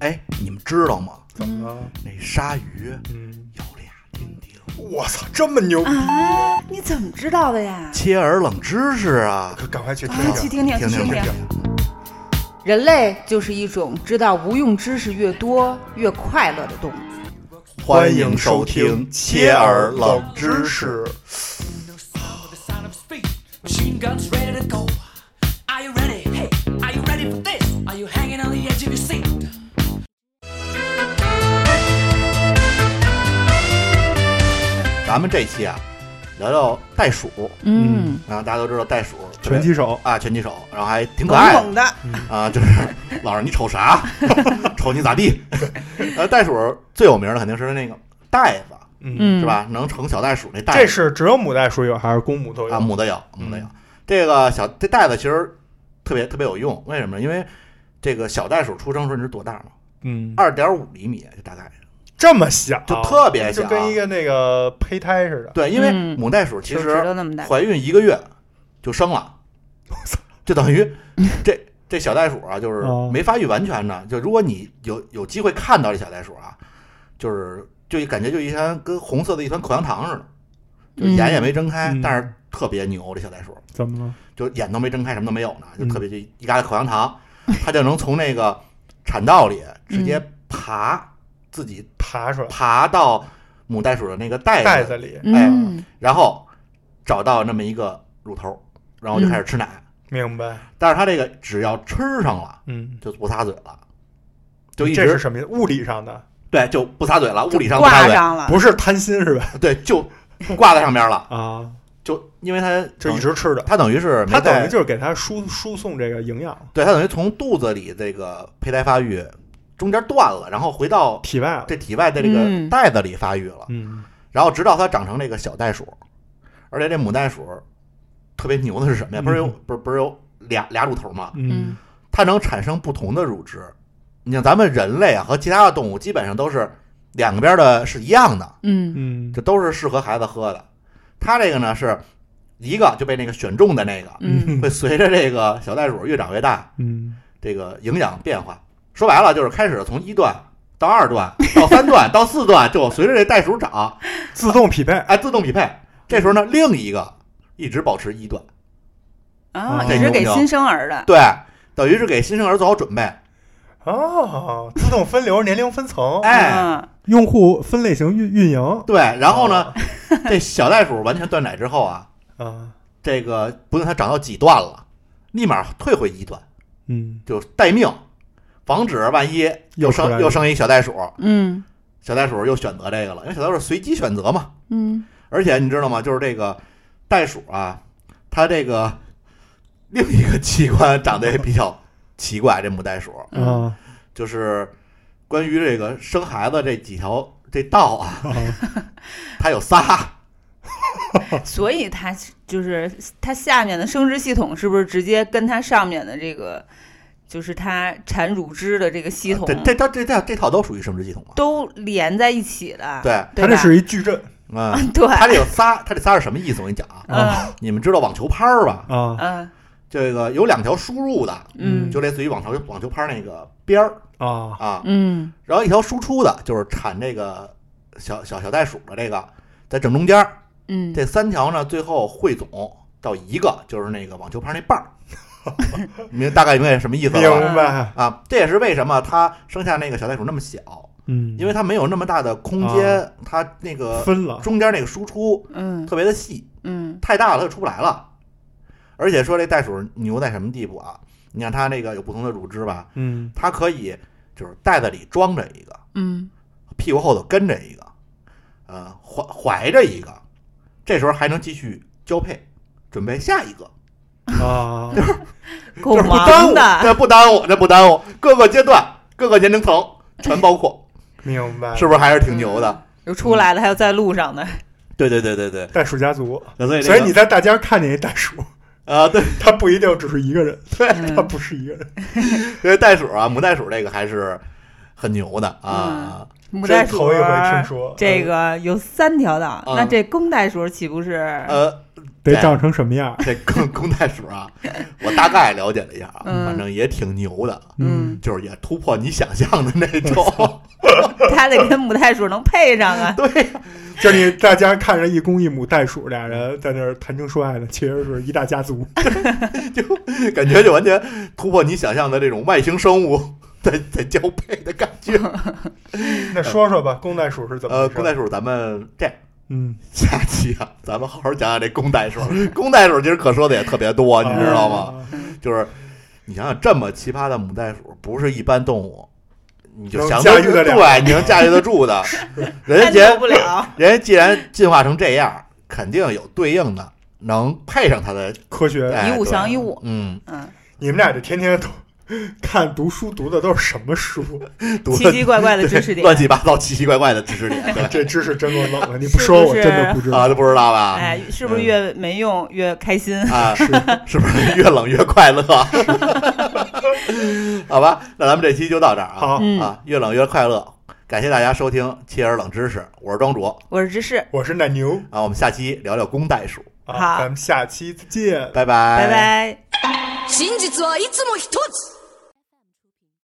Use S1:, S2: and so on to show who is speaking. S1: 哎，你们知道吗？
S2: 怎么了？
S1: 那鲨鱼
S2: 嗯，
S1: 有俩丁丁。
S2: 我操，这么牛！
S3: 啊，你怎么知道的呀？
S1: 切耳冷知识啊！
S2: 可赶快去听
S3: 啊，去
S2: 听。
S3: 听听，去
S1: 听听
S2: 听
S3: 听听。
S4: 人类就是一种知道无用知识越多越快乐的动物。
S1: 欢迎收听切耳冷知识。
S5: with the sound of speed. Machine guns ready to go. Are you ready? Hey, are you ready for this? Are you hanging on the edge of your seat?
S1: 咱们这期啊，聊聊袋鼠
S4: 嗯，
S1: 啊，大家都知道袋鼠
S2: 拳击手，
S1: 啊，拳击手，然后还挺可
S3: 萌
S1: 爱的
S3: 萌的，
S1: 啊，就是老让你瞅啥， 瞅你咋 地。呃，袋鼠最有名的肯定是那个袋子，
S2: 嗯，
S4: 嗯
S1: 是？吧？能成小袋鼠那袋子，
S2: 这是只有母袋鼠有还是公母都有？
S1: 啊，母的有，母的有。这个小这袋子其实特别特别有用，为什么呢？因为这个小袋鼠出生时候你知道多大吗？
S2: 嗯，
S1: 二点五厘米，就大概
S2: 这么小，
S1: 就特别小
S2: 哦就，跟一个那个胚胎似的。
S1: 对，因为
S4: 嗯
S1: 母袋鼠其
S4: 就知道
S1: 实
S4: 那么大。
S1: 怀孕一个月就生 了，就等于这这小袋鼠啊，就是
S2: 哦
S1: 没发育完全呢。就如果你有有机会看到这小袋鼠啊，就是就感觉就一团跟红色的一团口香糖似的，就
S4: 嗯
S1: 眼也没睁开，
S2: 嗯
S1: 但是特别牛，这小袋鼠
S2: 怎么了？
S1: 就眼都没睁开，什么都没有呢，就
S2: 嗯
S1: 特别就一疙瘩口香糖，它就能从那个产道里直接
S2: 嗯
S1: 爬，自己
S2: 爬出来，
S1: 爬到母袋鼠的那个袋
S2: 袋
S1: 子
S2: 子里，
S1: 哎
S4: 嗯，
S1: 然后找到那么一个乳头，然后就开
S2: 嗯
S1: 始吃奶。
S2: 明白？
S1: 但是它这个只要吃上了，
S2: 嗯，
S1: 就不撒嘴了，就一
S2: 这是
S1: 直
S2: 什么意思？物理上的，
S1: 对就不撒嘴了，物理上不撒
S4: 挂
S1: 嘴，
S4: 上了，
S2: 不是贪心是吧？
S1: 对就挂在上边了，
S2: 啊，
S1: 就因为它
S2: 就一直吃的，
S1: 它等于是没
S2: 它等
S1: 在
S2: 于就是给它输输送这个营养，
S1: 对它等于从肚子里这个胚胎发育中间断了，然后回到
S2: 体外了。
S1: 这体外的这个
S4: 嗯
S1: 袋子里发育了，
S2: 嗯，
S1: 然后直到它长成这个小袋鼠，而且这母袋鼠特别牛的是什么呀？不是有
S2: 嗯
S1: 不是不是有俩俩乳头吗？
S2: 嗯，
S1: 它能产生不同的乳汁。你像咱们人类啊和其他的动物基本上都是两边的是一样的，
S4: 嗯
S2: 嗯，
S1: 这都是适合孩子喝的。它这个呢是一个就被那个选中的那个，
S4: 嗯
S1: 会随着这个小袋鼠越长越大，
S2: 嗯，
S1: 这个营养变化。说白了就是开始从一段到二段到三段到四段，就随着这袋鼠长，
S2: 自动匹配，
S1: 哎，自动匹配。这时候呢，另一个一直保持一段，
S3: 啊，
S2: 这
S3: 只是
S1: 种
S3: 给
S1: 叫
S3: 新生儿的。
S1: 对，等于是给新生儿做好准备。
S2: 哦，自动分流、年龄分层、
S1: 哎，
S3: 嗯，
S2: 用户分类型运运营
S1: 对，然后呢，这小袋鼠完全断奶之后啊，
S2: 啊，
S1: 这个不论它长到几段了，立马退回一段，
S2: 嗯，
S1: 就待命，防止万一又
S2: 出来
S1: 生
S2: 了
S1: 又生一小袋鼠，
S4: 嗯
S1: 小袋鼠又选择这个了，因为小袋鼠随机选择嘛。
S4: 嗯，
S1: 而且你知道吗？就是这个袋鼠啊，它这个 另一个器官长得也比较奇怪，这母袋鼠
S4: 哦
S3: 嗯
S2: 啊
S1: 就是关于这个生孩子这几条这道啊，它有仨，
S3: 所以它就是它下面的生殖系统是不是直接跟它上面的这个，就是它产乳汁的这个系统
S1: 这这这这这这套都属于生殖系统嘛？
S3: 都连在一起了？
S1: 对，
S3: 对
S2: 它
S3: 吧，
S2: 这是一矩阵
S1: 嗯。
S3: 对，
S1: 它这有仨，它这仨是什么意思？我跟你讲啊，
S3: 嗯
S1: 你们知道网球拍儿吧？
S2: 啊
S3: 嗯
S1: 这个有两条输入的，
S2: 嗯
S1: 哦就类似于网球网球拍儿那个边儿
S2: 啊，
S1: 啊，
S4: 嗯
S1: 然后一条输出的，就是产这个小小小袋鼠的这个在正中间儿，
S4: 嗯，
S1: 这三条呢最后汇总到一个，就是那个网球拍儿那棒儿。你们大概明白什么意思
S2: 明
S1: 了吧？
S2: 白，
S1: 啊，这也是为什么它生下那个小袋鼠那么小，
S2: 嗯，啊
S1: 因为它没有那么大的空间，它那个
S2: 呃分了，
S1: 中间那个输出
S3: 嗯
S1: 特别的细。
S3: 嗯
S1: 太大了，它就出不来了。而且说这袋鼠牛在什么地步啊？你看它那个有不同的乳汁吧，
S2: 嗯，
S1: 它可以就是袋子里装着一个，
S4: 嗯
S1: 屁股后头跟着一个，呃，怀怀着一个，这时候还能继续交配，准备下一个，
S2: 啊，
S3: 够
S1: 这不耽
S3: 忙
S1: 误，
S3: 的，
S1: 这不耽误，这不耽误，各个阶段、各个年龄 层全包括，
S2: 明白，
S1: 是不是还是挺牛的？
S3: 有出来的，还有在路 上的，
S1: 对对对对对，
S2: 袋鼠家族，
S1: 那所以这
S2: 所
S1: 个
S2: 以你在大街上看见一袋鼠，
S1: 啊，对，
S2: 它不一定只是一个人，
S3: 嗯
S2: 它不是一个人，
S1: 因为袋鼠啊，母袋鼠这个还是很牛的啊。
S3: 母袋
S6: 真
S3: 鼠
S6: 头一回听说
S2: 嗯
S3: 这个有三条道，
S1: 嗯
S3: 那这公袋鼠岂不是？
S1: 呃，
S2: 得长成什么样？
S1: 这公公袋鼠啊，我大概了解了一下啊，
S3: 嗯
S1: 反正也挺牛的，
S3: 嗯，
S1: 就是也突破你想象的那 种。。
S3: 它得跟母袋鼠能配上啊
S1: 对呀，
S2: 就是你大家看着一公一母袋鼠，俩人在那儿谈情说爱呢，其实是一大家族。
S1: 感觉就完全突破你想象的这种外星生物在在交配的感觉。
S6: 那说说吧，公袋鼠是怎么
S1: 呃，
S6: 回事？
S1: 公袋鼠，咱们这样
S2: 嗯，
S1: 下期啊，咱们好好讲讲这公袋鼠。公袋鼠其实可说的也特别多，你知道吗？
S2: 啊？
S1: 就是你想想，这么奇葩的母袋鼠，不是一般动物，你就
S2: 能
S1: 想
S2: 驾驭得了
S1: 对，你能驾驭得住的。人家
S3: 搬
S1: 既
S3: 走
S1: 然
S3: 不了，
S1: 人家既然进化成这样，肯定有对应的能配上它的。
S2: 科学，
S1: 哎
S3: 以物
S1: 对
S3: 降一物。
S1: 嗯，
S3: 嗯，
S2: 你们俩这天天都 看读书读的都是什么书？
S1: 读
S3: 奇奇怪怪的知识点
S1: 乱七八糟、奇奇怪怪的知识点， 对
S2: 这知识真够冷的，你不说我真的不知
S1: 啊，
S2: 道。
S1: 都不知道吧？
S3: 哎，是不是越没用越开心？
S1: 嗯 啊，是是不是 越冷越快乐？啊 好吧，那咱们这期就到这儿啊。
S2: 好，
S3: 嗯
S1: 啊，越冷越快乐。感谢大家收听《切尔冷知识》，我是庄主
S3: 我是芝士，
S2: 我是奶牛，
S1: 啊。我们下期聊聊公袋鼠，
S2: 啊
S3: 好
S2: 咱们下期再见。
S1: 拜拜，
S3: 拜拜。
S5: 真実はいつも一つ